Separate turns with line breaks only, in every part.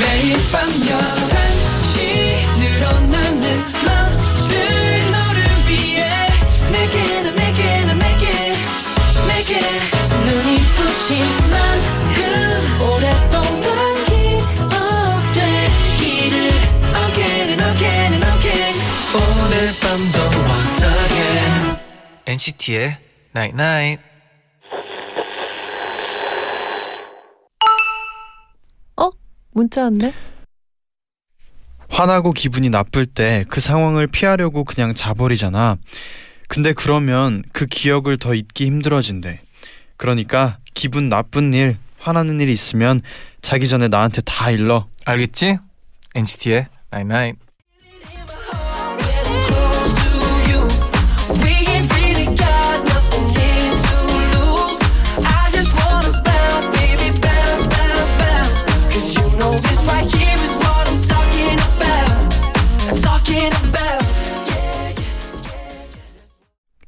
매일 밤 11시 늘어나는 맘들 너를 위해 내게 난 내게 난 내게 내게 눈이 부신 만큼 오랫동안 기억되기를 Again and again and again 오늘 밤도 once again
NCT의 Night Night.
어? 문자 왔네?
화나고 기분이 나쁠 때 그 상황을 피하려고 그냥 자버리잖아. 근데 그러면 그 기억을 더 잊기 힘들어진대. 그러니까 기분 나쁜 일, 화나는 일이 있으면 자기 전에 나한테 다 일러.
알겠지? NCT의 Night Night.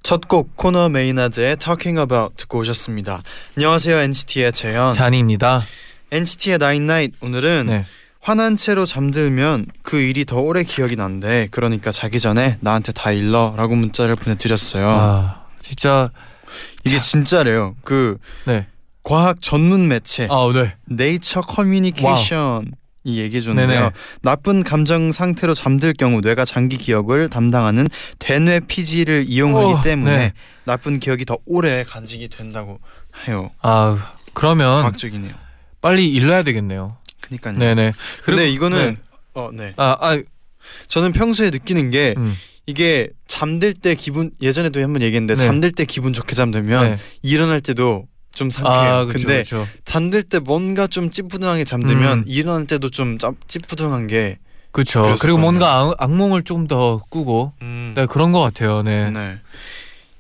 첫 곡 코너 메이나드의 Talking About 듣고 오셨습니다. 안녕하세요 NCT의 재현.
잔이입니다.
NCT의 나인나잇 오늘은
네.
화난 채로 잠들면 그 일이 더 오래 기억이 난대. 그러니까 자기 전에 나한테 다 일러라고 문자를 보내드렸어요.
아, 진짜
이게 진짜래요. 그
네.
과학 전문 매체
아, 네.
네이처 커뮤니케이션이
네네.
얘기해 줬는데요. 나쁜 감정 상태로 잠들 경우 뇌가 장기 기억을 담당하는 대뇌 피지를 이용하기
오,
때문에
네.
나쁜 기억이 더 오래 간직이 된다고 해요.
아, 그러면
과학적이네요.
빨리 일러야 되겠네요.
그러니까요.
네, 네.
근데 이거는 어, 네.
아, 아,
저는 평소에 느끼는 게
음.
이게 잠들 때 기분 예전에도 한번 얘기했는데
네.
잠들 때 기분 좋게 잠들면
네.
일어날 때도 좀 상쾌해요.
아, 그렇죠.
근데
그렇죠.
잠들 때 뭔가 좀 찌뿌둥하게 잠들면
음.
일어날 때도 좀 짭- 찌뿌둥한 게
그렇죠.
그래서
그리고
그러네요. 음.
뭔가 악, 악몽을 좀 더 꾸고 네, 그런 것 같아요. 네.
네.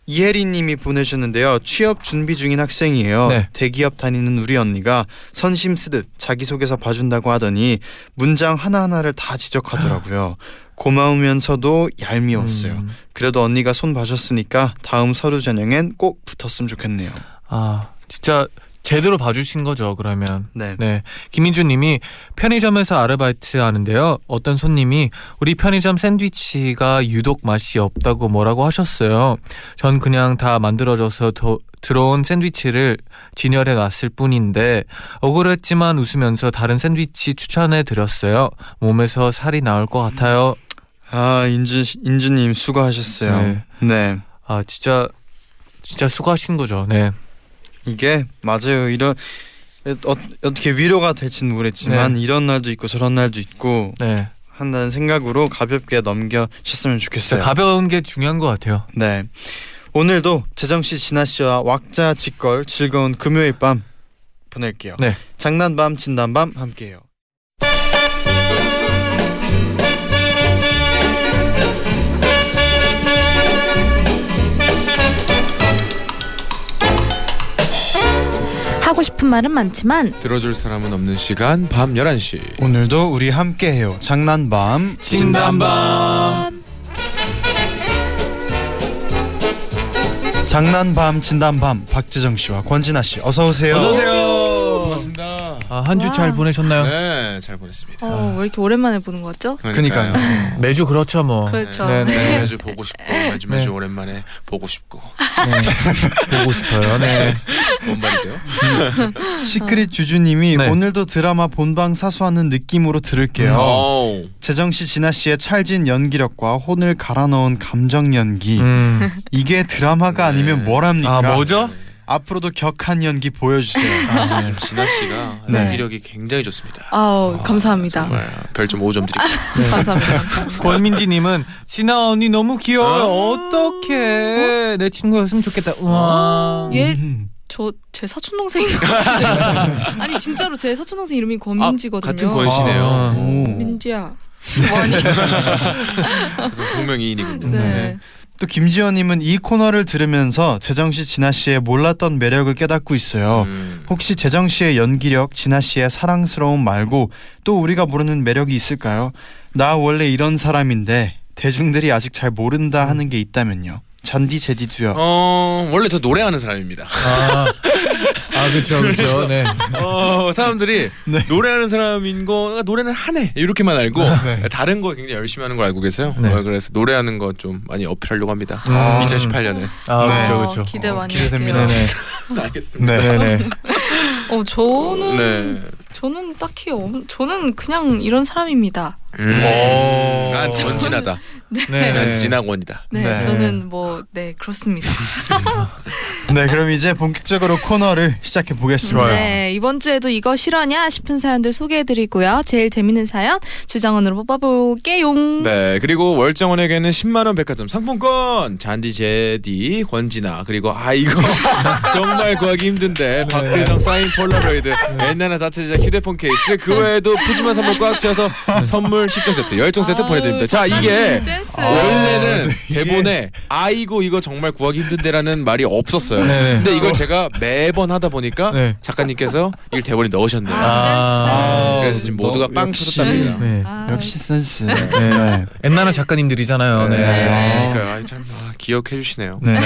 이혜리님이 보내주셨는데요. 취업 준비 중인 학생이에요.
네.
대기업 다니는 우리 언니가 선심 쓰듯 자기소개서 봐준다고 하더니 문장 하나하나를 다 지적하더라고요. 고마우면서도 얄미웠어요.
음.
그래도 언니가 손 봐줬으니까 다음 서류 전형엔 꼭 붙었으면 좋겠네요.
아, 진짜 제대로 봐주신 거죠. 그러면.
네.
네. 김민주 님이 편의점에서 아르바이트 하는데요. 어떤 손님이 우리 편의점 샌드위치가 유독 맛이 없다고 뭐라고 하셨어요. 전 그냥 다 만들어져서 더- 들어온 샌드위치를 진열해 놨을 뿐인데 억울했지만 웃으면서 다른 샌드위치 추천해 드렸어요. 몸에서 살이 나올 것 같아요.
아 인준 인준님 수고하셨어요.
네.
네.
아, 진짜 진짜 수고하신 거죠. 네.
이게 맞아요. 이런 어, 어떻게 위로가 될지는 모르겠지만 이런 날도 있고 저런 날도 있고
네.
한다는 생각으로 가볍게 넘겨셨으면
진짜
좋겠어요.
가벼운 게 중요한 것 같아요.
네. 오늘도 재정 씨, 진아 씨와 왁자 직걸 즐거운 금요일 밤 보낼게요.
네.
장난밤, 진단밤 함께해요.
하고 싶은 말은 많지만
들어줄 사람은 없는 시간 밤 11시
오늘도 우리 함께해요. 장난밤,
진단밤.
장난밤, 진단밤 박재정 씨와 권진아 씨 어서 오세요.
어서 오세요.
고맙습니다
아, 한 주 잘
와.
보내셨나요?
네잘 보냈습니다
어, 왜 이렇게 오랜만에 보는 것 같죠?
그니까요.
매주 그렇죠, 뭐.
그렇죠.
네, 네.
네, 매주 보고 싶고 매주 매주
네.
오랜만에 보고 싶고
네. 보고 싶어요. 네.
뭔 말이죠?
시크릿 주주님이
네.
오늘도 드라마 본방 사수하는 느낌으로 들을게요.
오.
재정 씨, 진아 씨의 찰진 연기력과 혼을 갈아 넣은 감정 연기
음.
이게 드라마가
네.
아니면 뭐랍니까?
아,
어?
뭐죠?
앞으로 도 격한 연기 보여주세요.
아, 네.
요즘 네, 진아 씨가
네.
연기력이 굉장히 좋습니다
아우 감사합니다.
정말 네. 별점 5점 드릴게요
감사합니다. 감사합니다.
권민지 님은 진아 언니 너무 귀여워요.
음.
어떡해. 내 친구였으면 좋겠다. 우와.
얘
음.
저 제 사촌 동생인 것 같은데. 아니 진짜로 제 사촌 동생 이름이 아, 권민지거든요.
아, 같은 권씨네요
아.
음.
오.
민지야. 원이.
그래서 동명이인이군요
네.
또 김지현님은 이 코너를 들으면서 재정 씨, 진아 씨의 몰랐던 매력을 깨닫고 있어요.
음.
혹시 재정 씨의 연기력, 진아 씨의 사랑스러움 말고 또 우리가 모르는 매력이 있을까요? 나 원래 이런 사람인데 대중들이 아직 잘 모른다 하는 게 있다면요. 잔디 제디 두요.
어 원래 저 노래하는 사람입니다.
아, 아 그렇죠 그렇죠. 네.
어 사람들이 노래하는 사람인 거 그러니까 노래는 하네 이렇게만 알고 다른 거 굉장히 열심히 하는 걸 알고 계세요.
아, 네.
어, 그래서 노래하는 거 좀 많이 어필하려고 합니다.
음.
2018년에
아
네.
그렇죠 그렇죠.
어, 기대
어,
많이
기대됩니다.
할게요.
네네.
음. 알겠습니다.
네.
네네.
어 저는
네.
저는 딱히 없, 저는 그냥 이런 사람입니다.
오.
음. 난 전진하다.
네.
난 진학원이다.
네,
네.
저는 뭐 네 그렇습니다.
네, 그럼 이제 본격적으로 코너를 시작해 보겠습니다.
네 이번 주에도 이거 실화냐 싶은 사연들 소개해드리고요. 제일 재밌는 사연 주장원으로 뽑아볼게요.
네 그리고 월정원에게는 10만 원 백화점 상품권 잔디 제디 권진아 그리고 아 이거 정말 구하기
네.
힘든데 박대성 사인 폴라로이드 엔나나 자체 제작 휴대폰 케이스 그 외에도 푸짐한 선물 꽉 채워서 선물 10종 세트 10종 세트
아유,
보내드립니다 자
참
이게
센스.
원래는
네.
이게-
대본에 아이고 이거 정말 구하기 힘든데라는 말이 없었어요
네네.
근데 이걸 제가 매번 하다 보니까
네.
작가님께서 이걸 대본에 넣으셨네요
아,
아,
그래서 지금 모두가 빵
역시.
터졌답니다
네.
아,
역시 센스.
네.
네.
옛날에 작가님들이잖아요. 네.
네.
그러니까요 아이, 참 아, 기억해 주시네요
네.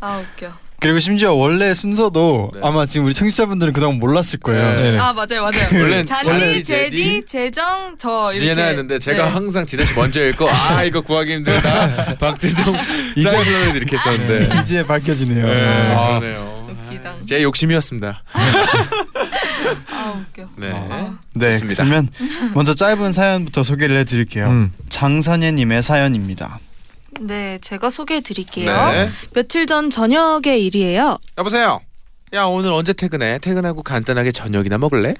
아 웃겨.
그리고 심지어 원래 순서도
네.
아마 지금 우리 청취자분들은 그동안 몰랐을 거예요.
네.
아 맞아요 맞아요.
원래는
잔디,
잔디,
제디, 재정, 저 어, 이렇게.
지혜나 했는데 제가
네.
항상 지혜 씨 먼저 읽고 아 이거 구하기 힘들다 박재정
이제-
이재블러를 이렇게 썼는데 네.
이제 밝혀지네요.
아,
아,
그러네요
웃기다.
제 욕심이었습니다
아 웃겨.
네
아.
네,
좋습니다.
그러면 먼저 짧은 사연부터 소개를 해드릴게요.
음.
장선예님의 사연입니다.
네 제가 소개해드릴게요.
네.
며칠 전 저녁의 일이에요.
여보세요 야 오늘 언제 퇴근해 퇴근하고 간단하게 저녁이나 먹을래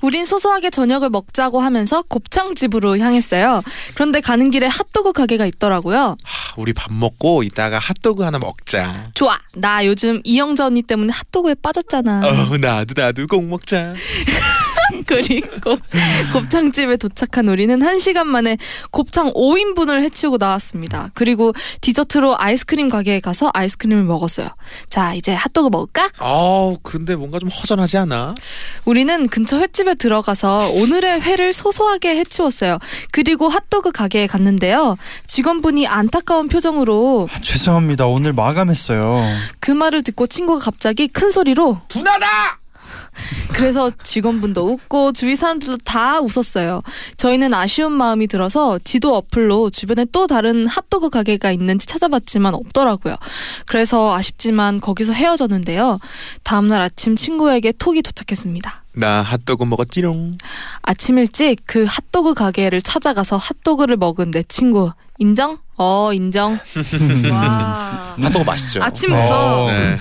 우린 소소하게 저녁을 먹자고 하면서 곱창집으로 향했어요. 그런데 가는 길에 핫도그 가게가 있더라고요.
아, 우리 밥 먹고 이따가 핫도그 하나 먹자
좋아. 나 요즘 이영자 언니 때문에 핫도그에 빠졌잖아.
어 나도 나도 꼭 먹자
그리고 곱창집에 도착한 우리는 한시간 만에 곱창 5인분을 해치우고 나왔습니다. 그리고 디저트로 아이스크림 가게에 가서 아이스크림을 먹었어요. 자, 이제 핫도그 먹을까?
아우 근데 뭔가 좀 허전하지 않아
우리는 근처 횟집에 들어가서 오늘의 회를 소소하게 해치웠어요. 그리고 핫도그 가게에 갔는데요. 직원분이 안타까운 표정으로
아, 죄송합니다. 오늘 마감했어요.
그 말을 듣고 친구가 갑자기 큰 소리로
분하다
그래서 직원분도 웃고 주위 사람들도 다 웃었어요. 저희는 아쉬운 마음이 들어서 지도 어플로 주변에 또 다른 핫도그 가게가 있는지 찾아봤지만 없더라고요. 그래서 아쉽지만 거기서 헤어졌는데요. 다음날 아침 친구에게 톡이 도착했습니다.
나 핫도그 먹었지롱
아침 일찍 그 핫도그 가게를 찾아가서 핫도그를 먹은 내 친구 인정? 어 인정. 와.
핫도그 맛있죠
아침부터
어.
네.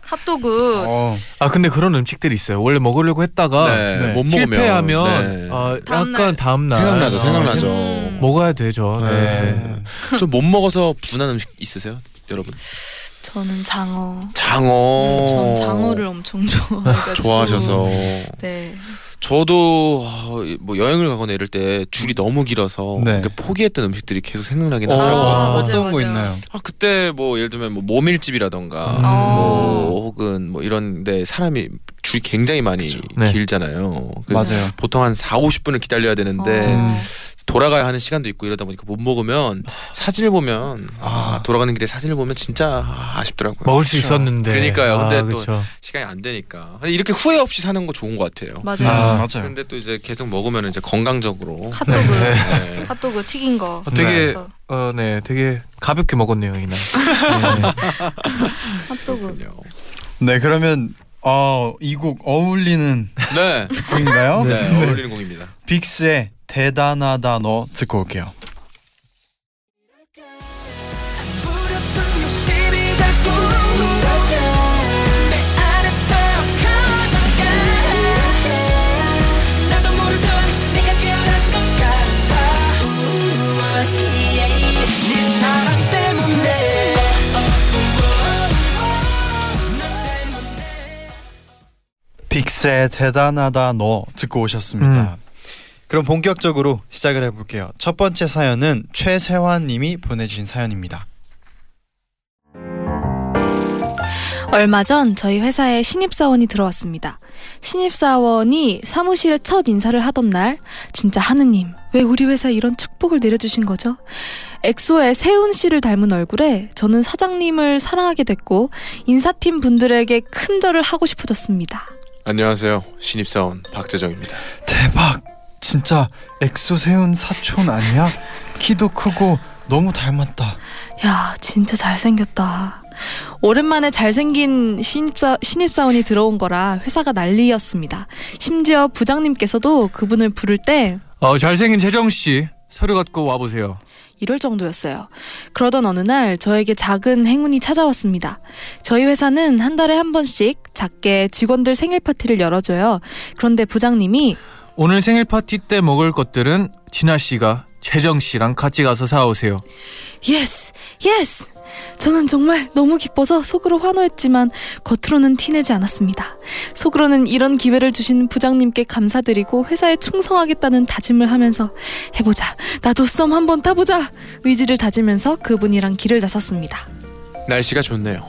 핫도그
어,
아 근데 그런 음식들이 있어요. 원래 먹으려고 했다가
네,
네.
못 먹으면
실패하면
네.
어,
다음날.
약간 다음 날
생각나죠, 생각나죠.
음.
먹어야 되죠. 어, 네.
네. 좀 못 먹어서 분한 음식 있으세요, 여러분?
저는 장어.
장어. 어,
전 장어를 엄청 좋아해가지고
좋아하셔서.
네.
저도 어, 뭐 여행을 가거나 이럴 때 줄이 너무 길어서
네.
그 포기했던 음식들이 계속 생각나긴
어,
하더라고요.
맞아요,
어떤 거
맞아요.
있나요?
아, 그때 뭐 예를 들면 뭐 모밀집이라던가
음.
뭐 혹은 뭐 이런데 사람이 줄이 굉장히 많이
네.
길잖아요. 그
맞아요.
보통 한 4, 50분을 기다려야 되는데
어.
돌아가야 하는 시간도 있고 이러다 보니까 못 먹으면 사진을 보면 아, 돌아가는 길에 사진을 보면 진짜 아쉽더라고요.
먹을 수 있었는데.
그니까요. 근데
아,
또
그쵸.
시간이 안 되니까 이렇게 후회 없이 사는 거 좋은 것 같아요.
맞아요.
아, 맞아요.
근데 또 이제 계속 먹으면 이제 건강적으로
핫도그
네.
핫도그 튀긴 거.
아,
어, 되게
저
어, 네, 되게 가볍게 먹었네요 이날. 네.
핫도그.
그렇군요.
네, 그러면 어, 이 곡 어울리는
네,
곡인가요?
네 어울리는 곡입니다.
빅스의 대단하다 너 듣고 올게요.
불협분 욕심이 자꾸 물어가 내 안에서 커져가 나도 모르던 네가 깨어난 것 같아 우와, yeah. 네 사랑 때문에
빅스의 대단하다 너 듣고 오셨습니다. 그럼 본격적으로 시작을 해볼게요. 첫 번째 사연은 최세환님이 보내주신 사연입니다.
얼마 전 저희 회사에 신입사원이 들어왔습니다. 신입사원이 사무실에 첫 인사를 하던 날, 진짜 하느님, 왜 우리 회사에 이런 축복을 내려주신 거죠? 엑소의 세훈 씨를 닮은 얼굴에 저는 사장님을 사랑하게 됐고, 인사팀 분들에게 큰 절을 하고 싶어졌습니다.
안녕하세요. 신입사원 박재정입니다.
대박. 진짜 엑소 세운 사촌 아니야? 키도 크고 너무 닮았다.
야, 진짜 잘생겼다. 오랜만에 잘생긴 신입사, 신입사원이 들어온 거라 회사가 난리였습니다. 심지어 부장님께서도 그분을 부를 때
어, 잘생긴 재정 씨 서류 갖고 와보세요.
이럴 정도였어요. 그러던 어느 날 저에게 작은 행운이 찾아왔습니다. 저희 회사는 한 달에 한 번씩 작게 직원들 생일 파티를 열어줘요. 그런데 부장님이
오늘 생일 파티 때 먹을 것들은 진아 씨가 재정 씨랑 같이 가서 사오세요.
예스! 예스! 저는 정말 너무 기뻐서 속으로 환호했지만 겉으로는 티내지 않았습니다. 속으로는 이런 기회를 주신 부장님께 감사드리고 회사에 충성하겠다는 다짐을 하면서 해보자. 나도 썸 한번 타보자. 의지를 다지면서 그분이랑 길을 나섰습니다.
날씨가 좋네요.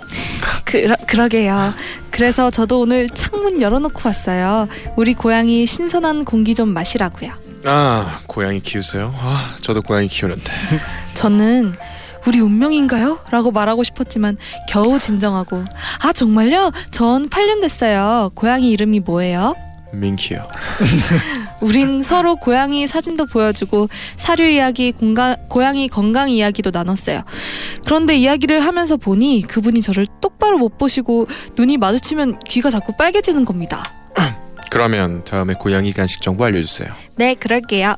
그러, 그러게요. 그래서 저도 오늘 창문 열어놓고 왔어요. 우리 고양이 신선한 공기 좀 마시라고요.
아 고양이 키우세요? 아 저도 고양이 키우는데
저는 우리 운명인가요? 라고 말하고 싶었지만 겨우 진정하고 아 정말요? 전 8년 됐어요. 고양이 이름이 뭐예요?
민키요.
우린 서로 고양이 사진도 보여주고 사료 이야기, 공가, 고양이 건강 이야기도 나눴어요. 그런데 이야기를 하면서 보니 그분이 저를 똑바로 못 보시고 눈이 마주치면 귀가 자꾸 빨개지는 겁니다.
그러면 다음에 고양이 간식 정보 알려주세요.
네, 그럴게요.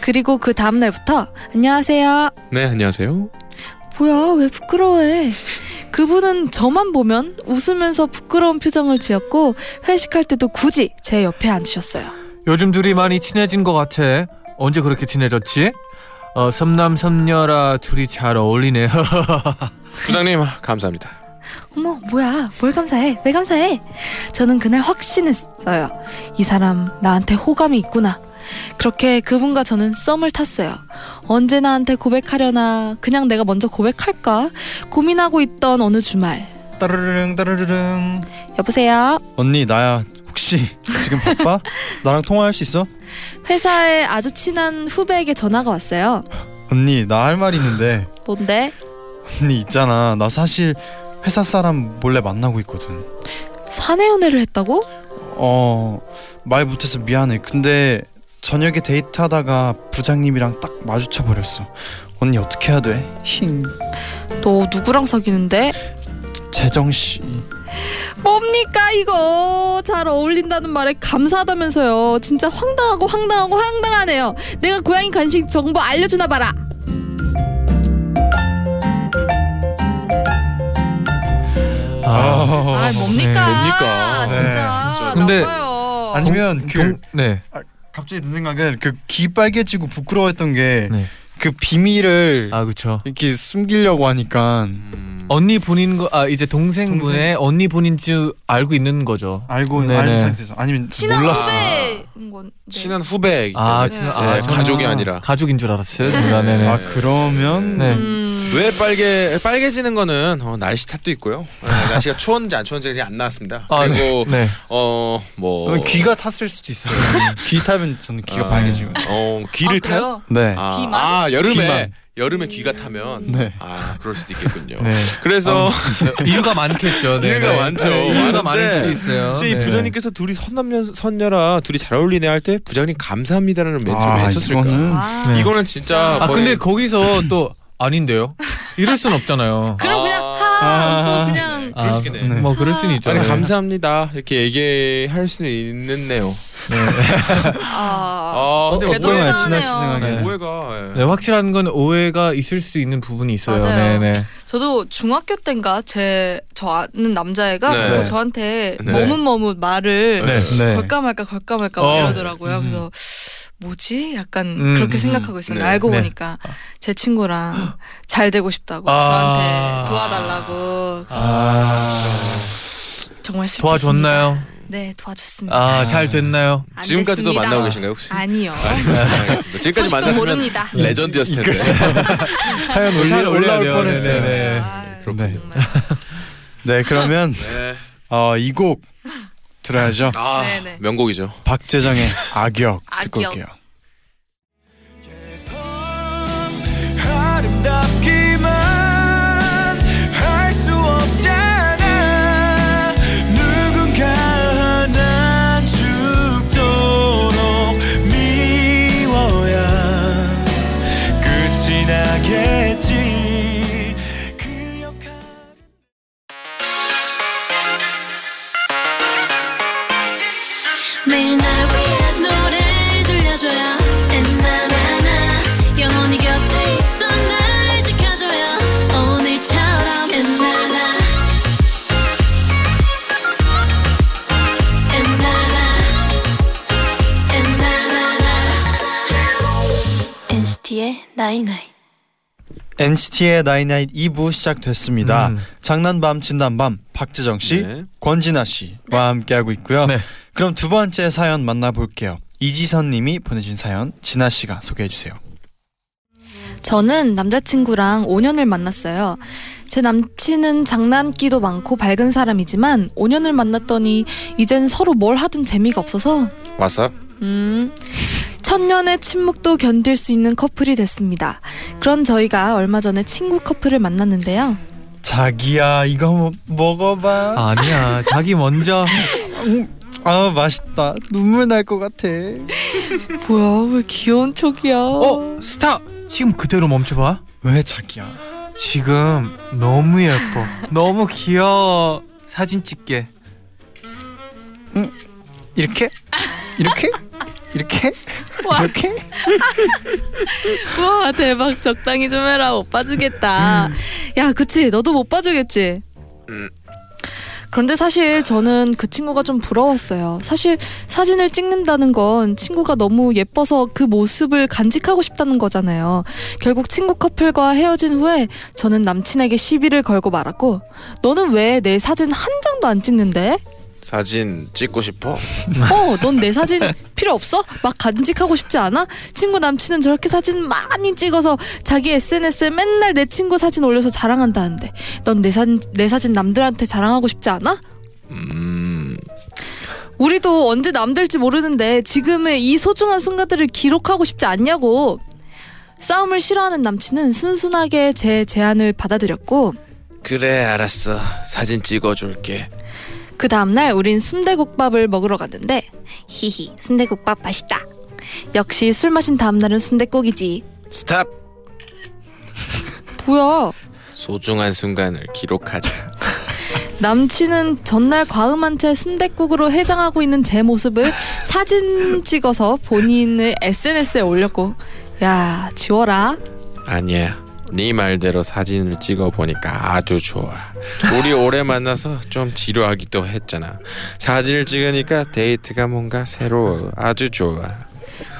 그리고 그 다음 날부터 안녕하세요.
네 안녕하세요.
뭐야 왜 부끄러워해 그분은 저만 보면 웃으면서 부끄러운 표정을 지었고 회식할 때도 굳이 제 옆에 앉으셨어요
요즘 둘이 많이 친해진 것 같아. 언제 그렇게 친해졌지? 어, 삼남 삼녀라 둘이 잘 어울리네.
부장님 아, 감사합니다.
어머 뭐야 뭘 감사해 왜 감사해 저는 그날 확신했어요 이 사람 나한테 호감이 있구나 그렇게 그분과 저는 썸을 탔어요 언제 나한테 고백하려나 그냥 내가 먼저 고백할까 고민하고 있던 어느 주말
따르릉 따르릉.
여보세요
언니 나야. 혹시 지금 바빠? 나랑 통화할 수 있어?
회사에 아주 친한 후배에게 전화가 왔어요
언니 나 할 말 있는데.
뭔데
언니 있잖아. 나 사실 회사 사람 몰래 만나고 있거든.
사내 연애를 했다고?
어, 말 못해서 미안해. 근데 저녁에 데이트하다가 부장님이랑 딱 마주쳐 버렸어. 언니 어떻게 해야 돼? 힝.
너 누구랑 사귀는데?
재정 씨.
뭡니까 이거 잘 어울린다는 말에 감사하다면서요 진짜 황당하고 황당하고 황당하네요 내가 고양이 간식 정보 알려주나 봐라
아,
아 뭡니까 진짜
어,
뭡니까?
네,
진짜.
근데-
나빠요
아니면 그
동- 네.
갑자기 든 생각은 그 귀 빨개지고 부끄러워했던 게 그
네.
비밀을
아 그렇죠.
이렇게 숨기려고 하니까
언니 분인 거 아 이제 동생
동생.
분의 언니 분인 줄 알고 있는 거죠.
알고
네네.
알는 상태에서 아니면
친한
몰랐어.
후배인 건 네.
친한 후배이기 때문에
아,
네.
진짜
네,
아, 저는
가족이 아니라.
가족인 줄 알았어요. 제가. 네네.
아 그러면
네.
음,
왜 빨개 빨개지는 거는 어, 날씨 탓도 있고요. 네, 날씨가 추웠는지 안 추웠는지 그냥 안 나왔습니다.
아,
그리고
네.
어뭐
그러면 귀가 탔을 수도 있어요. 귀 타면 저는 귀가
아,
빨개지고.
어 귀를
아,
타요?
그래요?
네.
아,
귀만?
아 여름에
귀만.
여름에 귀가 타면
네. 아,
아 그럴 수도 있겠군요.
네.
그래서
이유가 많겠죠. 네네.
이유가 많죠.
이유가
많은데
많을 수도 있어요.
아,
이제 이
네.
부장님께서 둘이 선남녀 선녀라 둘이 잘 어울리네 할 때 부장님 감사합니다라는 멘트를
아
외쳤을까? 이거는,
이거는
아,
네.
진짜
아
거의-
근데 거기서 또 아닌데요. 이럴 순 없잖아요.
그럼 그냥
아.
하
아.
웃고 그냥
아,
그럴 수 있겠네.
뭐 그럴 수는 있죠.
아니,
네.
감사합니다 이렇게 얘기할 수는 있는데요.
아,
아 근데
근데 그래도
어떤
속상하네요.
친하신 생각에.
네.
오해가 예.
네, 확실한 건 오해가 있을 수 있는 부분이 있어요.
맞아요.
네네.
저도 중학교 땐가 제 저 아는 남자애가
네.
자꾸 저한테
네.
머뭇머뭇 말을
네.
걸까 말까 걸까 말까 막
어.
이러더라고요.
음.
그래서 뭐지? 약간
음,
그렇게
음,
생각하고 있었는데
네.
알고
네.
보니까 제 친구랑 잘 되고 싶다고
아.
저한테 도와달라고
아
정말 싫
도와줬나요?
네, 도와줬습니다.
아 잘 됐나요?
안
지금까지도
됐습니다.
만나고 계신가요 혹시?
아니요.
알겠습니다. 지금까지
소식도
만났으면
모릅니다.
레전드였을 텐데.
사연 올리,
사연 올려야
올라올
돼요. 네,
뻔했어요.
네네.
아,
그렇군요.
정말.
네 그러면
네.
어, 이 곡 들어야죠.
아
네네.
명곡이죠.
박재정의 악역 듣고
악역.
올게요.
계속 아름답기만 할 수 없잖아 누군가 난 죽도록 미워야 끝이 나겠지 그 역할
매일 날 위한 노래를 들려줘요 엔나나나 영원히 곁에 있어 날 지켜줘요 오늘처럼 엔나나 엔나나 엔나나나 NCT의 나잇나잇
NCT의 나이나잇 2부 시작됐습니다.
음.
장난밤 진단밤 박재정 씨,
네.
권진아 씨와 함께 하고 있고요.
네.
그럼 두 번째 사연 만나볼게요. 이지선 님이 보내신 사연 진아 씨가 소개해 주세요.
저는 남자친구랑 5년을 만났어요. 제 남친은 장난기도 많고 밝은 사람이지만 5년을 만났더니 이젠 서로 뭘 하든 재미가 없어서
왔어?
음. 천년의 침묵도 견딜 수 있는 커플이 됐습니다. 그런 저희가 얼마 전에 친구 커플을 만났는데요.
자기야 이거 한번 먹어봐.
아니야 자기 먼저
아 맛있다. 눈물 날 것 같아.
뭐야, 왜 귀여운 척이야?
어 스탑 지금 그대로 멈춰봐
왜 자기야?
지금 너무 예뻐 너무 귀여워 사진 찍게
이렇게? 이렇게? 이렇게? 이렇게?
와, 대박. 적당히 좀 해라. 못 봐주겠다. 야, 그치. 너도 못 봐주겠지.
음.
그런데 사실 저는 그 친구가 좀 부러웠어요. 사실 사진을 찍는다는 건 친구가 너무 예뻐서 그 모습을 간직하고 싶다는 거잖아요. 결국 친구 커플과 헤어진 후에 저는 남친에게 시비를 걸고 말았고, 너는 왜 내 사진 한 장도 안 찍는데?
사진 찍고 싶어?
어, 넌 내 사진 필요 없어? 막 간직하고 싶지 않아? 친구 남친은 저렇게 사진 많이 찍어서 자기 SNS에 맨날 내 친구 사진 올려서 자랑한다는데 넌 내 사진 내 사진 남들한테 자랑하고 싶지 않아?
음.
우리도 언제 남될지 모르는데 지금의 이 소중한 순간들을 기록하고 싶지 않냐고. 싸움을 싫어하는 남친은 순순하게 제 제안을 받아들였고
그래 알았어. 사진 찍어줄게.
그 다음날 우린 순대국밥을 먹으러 갔는데 히히 순대국밥 맛있다 역시 술 마신 다음날은 순대국이지
스탑.
뭐야
소중한 순간을 기록하자.
남친은 전날 과음한 채 순대국으로 해장하고 있는 제 모습을 사진 찍어서 본인의 SNS에 올렸고 야 지워라
아니야. 네 말대로 사진을 찍어 보니까 아주 좋아. 우리 오래 만나서 좀 지루하기도 했잖아. 사진을 찍으니까 데이트가 뭔가 새로워. 아주 좋아.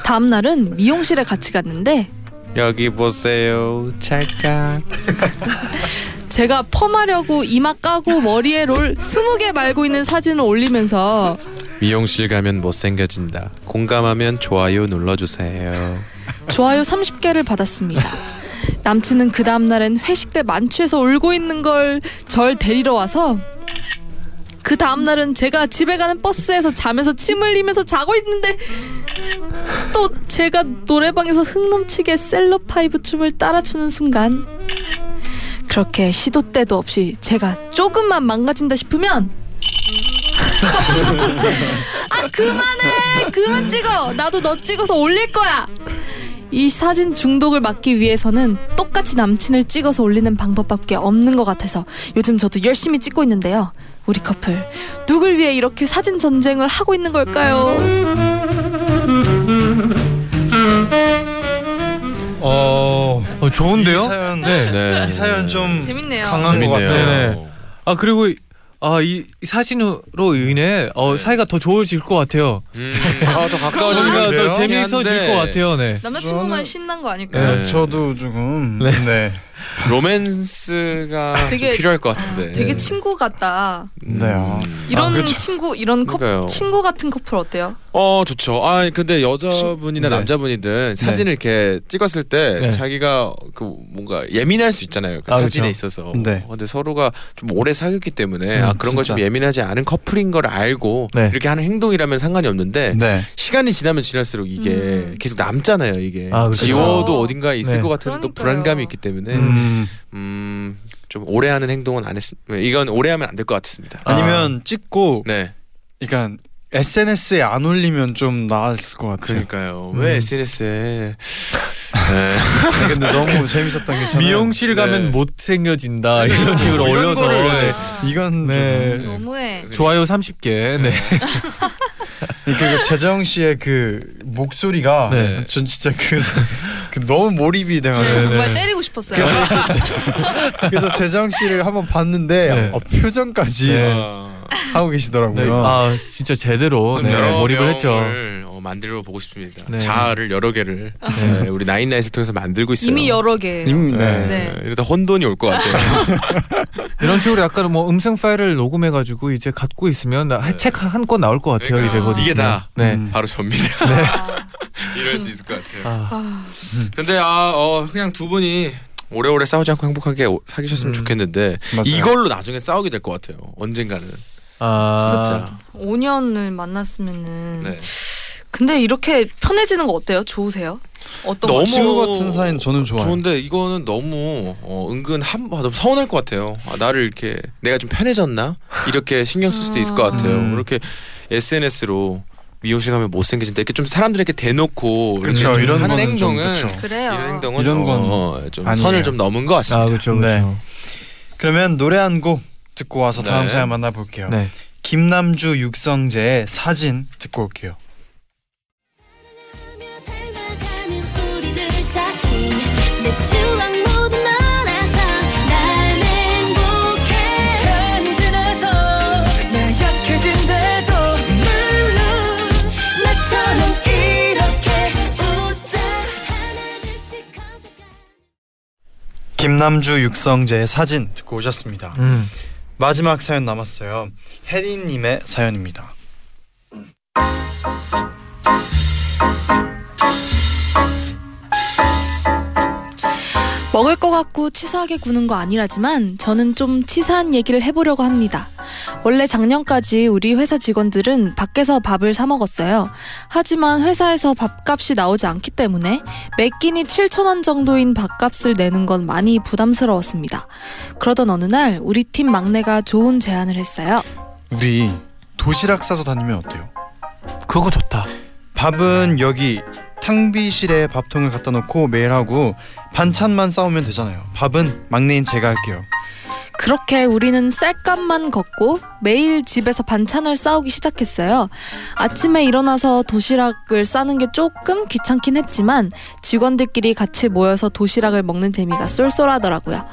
다음날은 미용실에 같이 갔는데
여기 보세요. 찰칵.
제가 펌하려고 이마 까고 머리에 롤 20개 말고 있는 사진을 올리면서
미용실 가면 못생겨진다. 공감하면 좋아요 눌러주세요.
좋아요 30개를 받았습니다. 남친은 그 다음날엔 회식 때 만취해서 울고 있는 걸 절 데리러 와서 그 다음날은 제가 집에 가는 버스에서 자면서 침 흘리면서 자고 있는데 또 제가 노래방에서 흥 넘치게 셀럽파이브 춤을 따라추는 순간 그렇게 시도 때도 없이 제가 조금만 망가진다 싶으면 아 그만해 그만 찍어 나도 너 찍어서 올릴 거야 이 사진 중독을 막기 위해서는 똑같이 남친을 찍어서 올리는 방법밖에 없는 것 같아서 요즘 저도 열심히 찍고 있는데요. 우리 커플 누굴 위해 이렇게 사진 전쟁을 하고 있는 걸까요?
어, 어 좋은데요?
이 사연
네.
네.
이 사연 좀
재밌네요.
강한 것
재밌네요.
같아요.
네네. 아 그리고 아이 이 사진으로 인해 어, 사이가 더 좋아질 것 같아요.
음, 네. 아, 더
그러니까
가까워지니까
더
더
재미있어질 것 같아요. 네.
남자친구만
저는-
신난 거
네,
아닐까요?
네.
저도 조금 네.
로맨스가 좀
되게-
필요할 것 같은데.
되게
네.
친구 같다.
음.
네, 아.
이런
그렇죠.
친구 이런 커
그러니까요.
친구 같은 커플 어때요?
어 좋죠. 아 근데 여자분이나
네.
남자분이든 사진을 이렇게 찍었을 때
네. 자기가
자기가 그 뭔가 예민할 수 있잖아요. 그
아,
사진에
그렇죠.
있어서.
네.
어, 근데 서로가 좀 오래 사귀었기 때문에
음,
아, 그런 거 좀
진짜.
예민하지 않은 커플인 걸 알고
네.
이렇게 하는 행동이라면 상관이 없는데
네.
시간이 지나면 지날수록 이게
음.
계속 남잖아요. 이게
아, 그렇죠.
지워도 어딘가에 있을
네.
것 같은 또
그러니까요.
불안감이 있기 때문에
음.
음. 좀 오래 하는 행동은 안 했습니다. 이건 오래 하면 안 될 것 같습니다.
아니면 찍고
네,
그러니까 SNS에 안 올리면 좀 나았을 것 같아요.
그러니까요.
음.
왜 SNS에 네.
근데 너무 재밌었던 게 저는
미용실 가면
네.
뭐
못생겨진다 이런 식으로
이런
올려서
거를
네.
이건
네.
좀
너무해.
좋아요 30개. 네.
그러니까 그 재정 씨의 그 목소리가
네.
전 진짜 그, 그 너무 몰입이
네,
돼가지고
정말 때리고 싶었어요.
그래서 재정 씨를 한번 봤는데
네.
어, 표정까지
네.
어,
하고
네.
계시더라고요.
아 진짜 제대로 네,
여러
몰입을 했죠.
명을, 어, 만들어 보고 싶습니다.
네.
자아를 여러 개를 네, 우리 나인나잇을 통해서 만들고 있어요.
이미 여러 개.
음,
네.
네.
네.
이러다 혼돈이 올 것 같아요.
이런 식으로 약간 뭐 음성 파일을 녹음해가지고 이제 갖고 있으면 책한권 나올 것 같아요
네. 그러니까
이제 곧
이게
있으면.
다.
네.
음.
바로 접니다.
아,
이럴 수 있을 것 같아요.
아,
근데 아, 어, 그냥 두 분이 오래오래 싸우지 않고 행복하게 오- 사귀셨으면
음.
좋겠는데
맞아요.
이걸로 나중에 싸우게 될 것 같아요. 언젠가는
아,
진짜.
5년을 만났으면은.
네.
근데 이렇게 편해지는 거 어때요? 좋으세요? 어떤
너무
거?
친구 같은 사이는 저는 좋아요.
좋은데 이거는 너무 어, 은근 한 아, 너무 서운할 것 같아요. 아, 나를 이렇게 내가 좀 편해졌나 이렇게 신경 쓸 수도 있을 것 같아요.
음.
이렇게 SNS로 미용실 가면 못생겨진다 이렇게 좀 사람들에게 대놓고 이렇게
그쵸,
좀
이런
하는
거는 좀
행동은
그쵸.
그래요.
이런 행동은
이런 건
어, 좀
아니에요.
선을 좀 넘은 것 같습니다.
아 그렇죠
네.
그렇죠.
그러면 노래 한 곡 듣고 와서 다음
네.
사연 만나볼게요.
네.
김남주 육성재의 사진 듣고 올게요.
닮아가는 우리들 사이 내 추억 모두 너라서 난 행복해
시간이 지나서 나 약해진대도 물론
나처럼 이렇게 웃자 하나 둘씩 커져가
김남주 육성재의 사진 듣고 오셨습니다.
음.
마지막 사연 남았어요. 혜린님의 사연입니다.
먹을 거 같고 치사하게 구는 거 아니라지만 저는 좀 치사한 얘기를 해보려고 합니다. 원래 작년까지 우리 회사 직원들은 밖에서 밥을 사 먹었어요. 하지만 회사에서 밥값이 나오지 않기 때문에 매 끼니 7천 원 정도인 밥값을 내는 건 많이 부담스러웠습니다. 그러던 어느 날 우리 팀 막내가 좋은 제안을 했어요.
우리 도시락 싸서 다니면 어때요?
그거 좋다.
밥은 여기 탕비실에 밥통을 갖다 놓고 매일 하고 반찬만 싸오면 되잖아요. 밥은 막내인 제가 할게요.
그렇게 우리는 쌀값만 걷고 매일 집에서 반찬을 싸우기 시작했어요. 아침에 일어나서 도시락을 싸는 게 조금 귀찮긴 했지만 직원들끼리 같이 모여서 도시락을 먹는 재미가 쏠쏠하더라고요.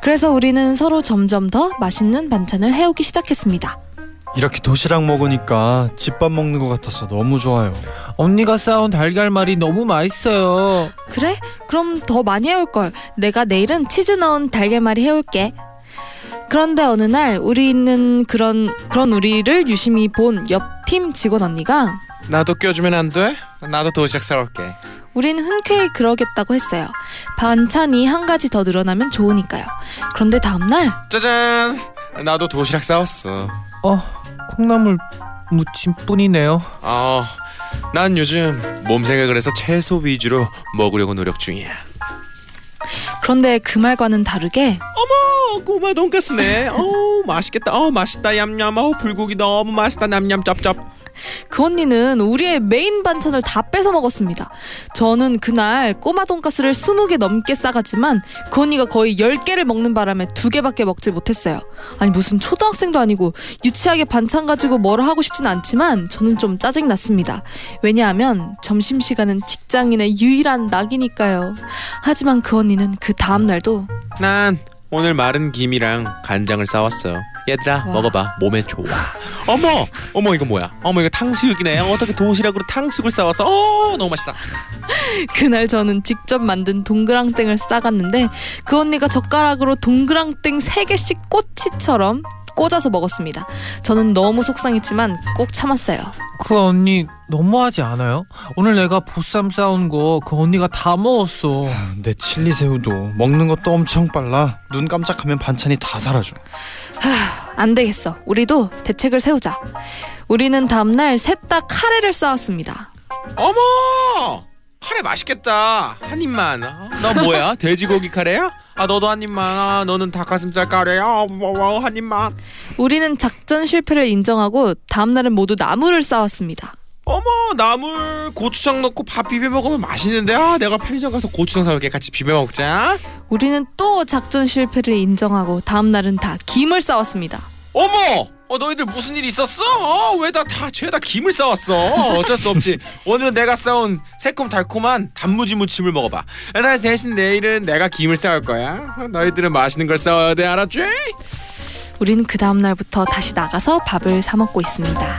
그래서 우리는 서로 점점 더 맛있는 반찬을 해오기 시작했습니다.
이렇게 도시락 먹으니까 집밥 먹는 것 같아서 너무 좋아요.
언니가 싸온 달걀말이 너무 맛있어요.
그래? 그럼 더 많이 해올 걸. 내가 내일은 치즈 넣은 달걀말이 해올게. 그런데 어느 날 우리는 그런 그런 우리를 유심히 본 옆 팀 직원 언니가
나도 껴주면 안 돼? 나도 도시락 싸올게.
우린 흔쾌히 그러겠다고 했어요. 반찬이 한 가지 더 늘어나면 좋으니까요. 그런데 다음날
짜잔! 나도 도시락 싸왔어.
어, 콩나물 무침뿐이네요.
아, 난 요즘 몸 생각을 해서 채소 위주로 먹으려고 노력 중이야.
그런데 그 말과는 다르게
어머, 꼬마 돈까스네. 어, 맛있겠다. 어, 맛있다. 얌얌. 어, 불고기 너무 맛있다. 냠냠 짭짭.
그 언니는 우리의 메인 반찬을 다 뺏어 먹었습니다. 저는 그날 꼬마 돈가스를 20개 넘게 싸갔지만 그 언니가 거의 10개를 먹는 바람에 2개밖에 먹지 못했어요. 아니 무슨 초등학생도 아니고 유치하게 반찬 가지고 뭐라 하고 싶진 않지만 저는 좀 짜증났습니다. 왜냐하면 점심시간은 직장인의 유일한 낙이니까요. 하지만 그 언니는 그 다음날도
난 오늘 마른 김이랑 간장을 싸왔어. 얘들아
와.
먹어봐 몸에 좋아 어머 어머 이거 뭐야 어머 이거 탕수육이네 어떻게 도시락으로 탕수육을 싸왔어 어 너무 맛있다
그날 저는 직접 만든 동그랑땡을 싸갔는데 그 언니가 젓가락으로 동그랑땡 세개씩 꼬치처럼 꽂아서 먹었습니다. 저는 너무 속상했지만 꾹 참았어요.
그 언니 너무하지 않아요? 오늘 내가 보쌈 싸온 거 그 언니가 다 먹었어.
아, 내 칠리 새우도 먹는 것도 엄청 빨라. 눈 깜짝하면 반찬이 다 사라져.
안 되겠어. 우리도 대책을 세우자. 우리는 다음날 셋 다 카레를 싸왔습니다.
어머 카레 맛있겠다 한 입만 아, 너 뭐야 돼지고기 카레야 아 너도 한 입만 아, 너는 닭가슴살 카레야 어머, 어머, 한 입만
우리는 작전 실패를 인정하고 다음날은 모두 나물을 싸왔습니다.
어머 나물 고추장 넣고 밥 비벼 먹으면 맛있는데 아 내가 편의점 가서 고추장 사올게 같이 비벼 먹자
우리는 또 작전 실패를 인정하고 다음날은 다 김을 싸왔습니다.
어머! 어 너희들 무슨 일 있었어? 어, 왜 다 다 죄다 김을 싸왔어? 어쩔 수 없지. 오늘은 내가 싸온 새콤달콤한 단무지 무침을 먹어봐. 나 대신 내일은 내가 김을 싸올 거야. 어, 너희들은 맛있는 걸 싸워야 돼, 알았지?
우리는 그 다음 날부터 다시 나가서 밥을 사 먹고 있습니다.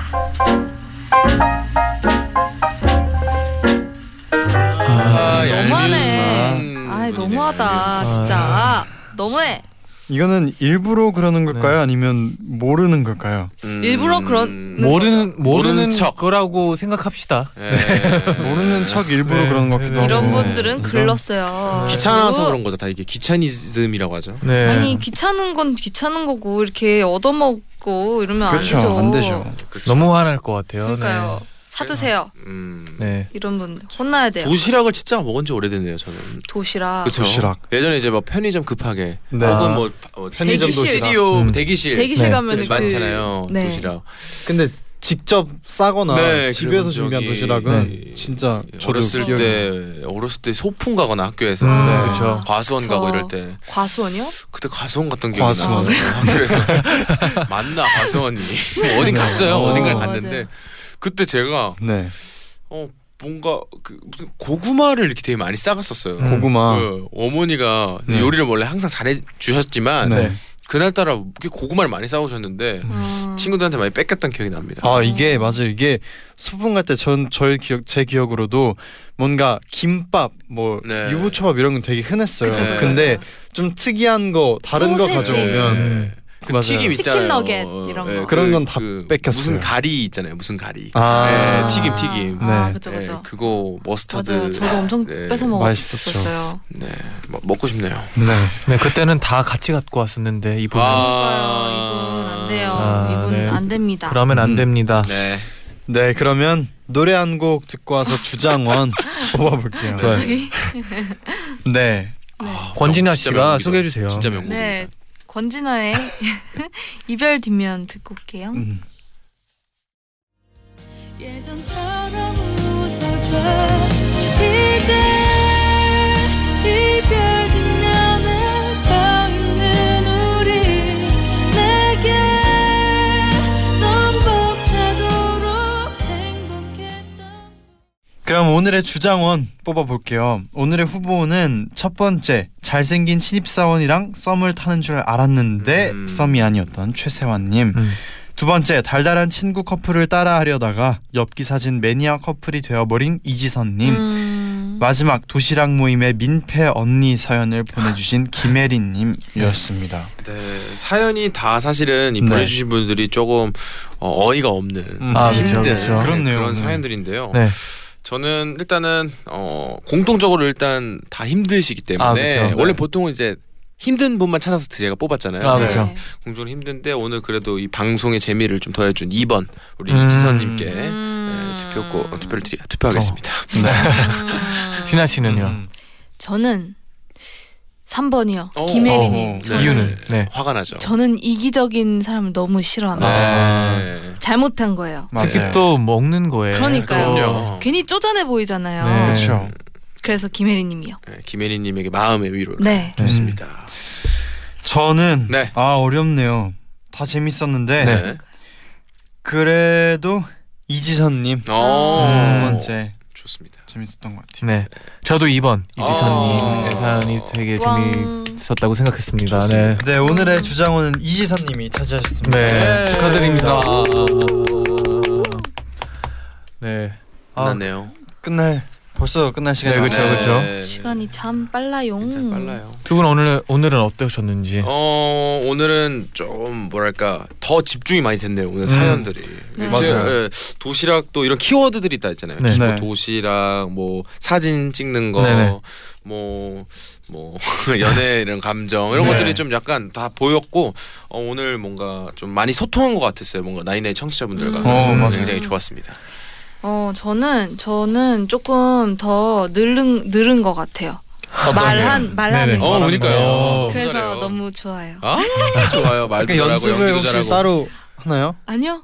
아, 음.
너무하네.
얄미운.
아, 너무하다. 진짜. 너무해.
이거는 일부러 그러는 걸까요?
네.
아니면 모르는 걸까요?
음.
일부러 그런 네.
모르는 모르는
모르는 척.
거라고 생각합시다.
네.
모르는 척 일부러
네,
그러는 것 같기도
네.
하고.
이런
분-
분들은
이런-
글렀어요. 뭐?
귀찮아서 그런 거죠. 다 이게 귀차니즘이라고 하죠.
네.
아니 귀찮은 건 귀찮은 거고 이렇게 얻어먹고 이러면
그렇죠.
안 되죠.
안 되죠.
너무 화날 것 같아요.
그러니까요. 사드세요.
음.
네.
이런 분 혼나야 돼요.
도시락을 진짜 먹은 지 오래됐네요, 저는.
도시락.
그쵸?
도시락.
예전에 이제 막 편의점 급하게
네.
아,
혹은 뭐, 뭐
편의점
대기실,
도시락.
스튜디오
음.
대기실
대기실
네.
가면 그
많잖아요
네.
도시락
근데 직접 싸거나
네,
집에서
그런
준비한
적이-
도시락은
네.
진짜 저도
어렸을
기억이
때 어렸을 때 소풍 가거나 학교에서
음,
네.
그쵸.
과수원
그쵸.
가고 이럴 때
과수원이요?
그때 과수원 갔던 기억이 나서
과수원.
학교에서 만나 과수원이 뭐 어디 갔어요
어,
어딘가
맞아요.
갔는데 그때 제가
네.
어 뭔가 그 무슨 고구마를 이렇게 되게 많이 싸갔었어요.
음.
고구마.
그 어머니가
네.
요리를 원래 항상 잘해 주셨지만
네.
그날따라 이렇게 고구마를 많이 싸오셨는데
음.
친구들한테 많이 뺏겼던 기억이 납니다.
아 이게 맞아요. 이게 소풍 갈 때 전 저의 기억 제 기억으로도 뭔가 김밥 뭐
네.
유부초밥 이런 건 되게 흔했어요.
그쵸, 그쵸,
근데 좀 특이한 거 다른 거
소세지.
가져오면
네.
그
음. 맞아요.
치킨
튀김 있잖아요. 어, 네,
너겟 이런 거.
그런 건다 뺏겼어요.
무슨 가리 있잖아요. 무슨 가리.
아.
네, 튀김, 튀김.
아,
네.
그죠 그죠.
그거 머스타드.
맞아요. 저도 엄청
네,
뺏어
맛있었죠.
먹었었어요.
네, 먹- 먹고 싶네요.
네.
네, 그때는 다 같이 갖고 왔었는데
아.
이분은
아.
이건 안 돼요.
아,
이분
네.
안 됩니다.
그러면 안
음.
됩니다.
네.
네 그러면 노래 한 곡 듣고 와서 주장원 뽑아볼게요.
갑자기?
네.
아,
권진아
진짜
씨가
명곡이다.
소개해 주세요.
진짜 명곡.
네. 권진아의 이별 뒷면 듣고 올게요.
음.
예전처럼 웃어줘 이제 이별 뒷면에 서 있는 우리 내게 넌 벅차도록 행복했던
그럼 오늘의 주장원 뽑아볼게요. 오늘의 후보는 첫 번째 잘생긴 신입사원이랑 썸을 타는 줄 알았는데
음.
썸이 아니었던 최세환님.
음.
두 번째 달달한 친구 커플을 따라하려다가 엽기 사진 매니아 커플이 되어버린 이지선님.
음.
마지막 도시락 모임의 민폐 언니 사연을 보내주신 김혜린님이었습니다.
네, 사연이 다 사실은 이
네.
보내주신 분들이 조금 어, 어이가 없는
음.
아, 그렇죠.
힘든
그렇죠.
그런
네, 그런
내용은.
사연들인데요.
네.
저는 일단은 어, 공통적으로 일단 다 힘드시기 때문에
아, 그쵸.
원래
네.
보통은 이제 힘든 분만 찾아서 제가 뽑았잖아요. 네.
아, 그렇죠.
공존 힘든데 오늘 그래도 이 방송의 재미를 좀 더해준 2번 우리
음.
이지선님께
음.
네, 투표고 어, 투표를 드리 투표하겠습니다.
어, 네.
음.
진아 씨는요.
음.
저는 3번이요.
어.
김혜리님.
어.
저는-
이유는? 네.
화가 나죠.
저는 이기적인 사람을 너무 싫어합니다.
아.
네.
잘못한 거예요.
특히
맞아요.
또 네. 먹는 거예요.
그러니까요.
그럼요.
괜히 쪼잔해 보이잖아요.
네.
그렇죠.
그래서 김혜리님이요.
네, 김혜리님에게 마음의 위로를
네.
줬습니다.
저는
네.
아 어렵네요. 다
네.
재밌었는데 그래도 이지선님
아,
어,
두 번째
좋습니다.
재밌었던 것 같아요.
네, 저도 2번 이지선님의
아.
사연이 되게
왕.
재미있었다고 생각했습니다.
좋습니다.
네.
네 오늘의 주장원은 이지선님이 차지하셨습니다.
네,
네.
축하드립니다. 네, 아, 네,
끝났네요.
끝날 벌써 끝날 시간이
그쵸,
왔네요.
그쵸.
시간이 음. 참 빨라요.
진짜 빨라요.
두분 오늘 오늘은 어떠셨는지?
어 오늘은 좀 뭐랄까 더 집중이 많이 됐네요 오늘 사연들이
네.
이제,
음. 맞아요.
예, 도시락도 이런 키워드들이 있다 했잖아요
네.
뭐
네.
도시락 뭐 사진 찍는
네네.
거 뭐뭐 연애 이런 감정 이런
네.
것들이 좀 약간 다 보였고 어, 오늘 뭔가 좀 많이 소통한 것 같았어요 뭔가 나인의 청취자분들과
음.
어, 맞아요.
그래서 굉장히 좋았습니다
어 저는 저는 조금 더 늘은 늘은 것 같아요. 말한 말하는
네네.
음.
거.
어 그러니까요
어,
그래서
잘해요.
너무 좋아요.
아 좋아요
그러니까
말도 잘하고
연습을
연기도
혹시
잘하고
따로 네. 하나요?
아니요,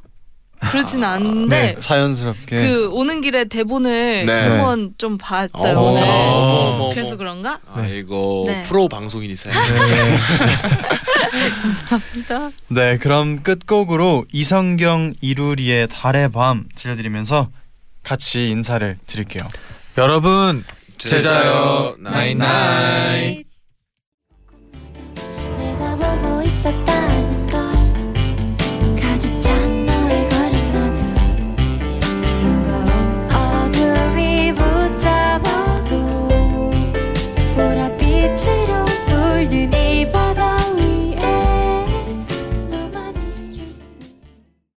그렇진 않은데
자연스럽게.
그 오는 길에 대본을
네.
한번 좀 봤어요
어머,
오늘.
어머,
뭐,
어머, 어머.
그래서 그런가?
아이고
네.
프로 방송인이세요
네.
진짜?
네, 그럼 끝곡으로 이성경 이루리의 달의 밤 들려드리면서 같이 인사를 드릴게요.
여러분 제자요
나잇나잇. 네.
나잇.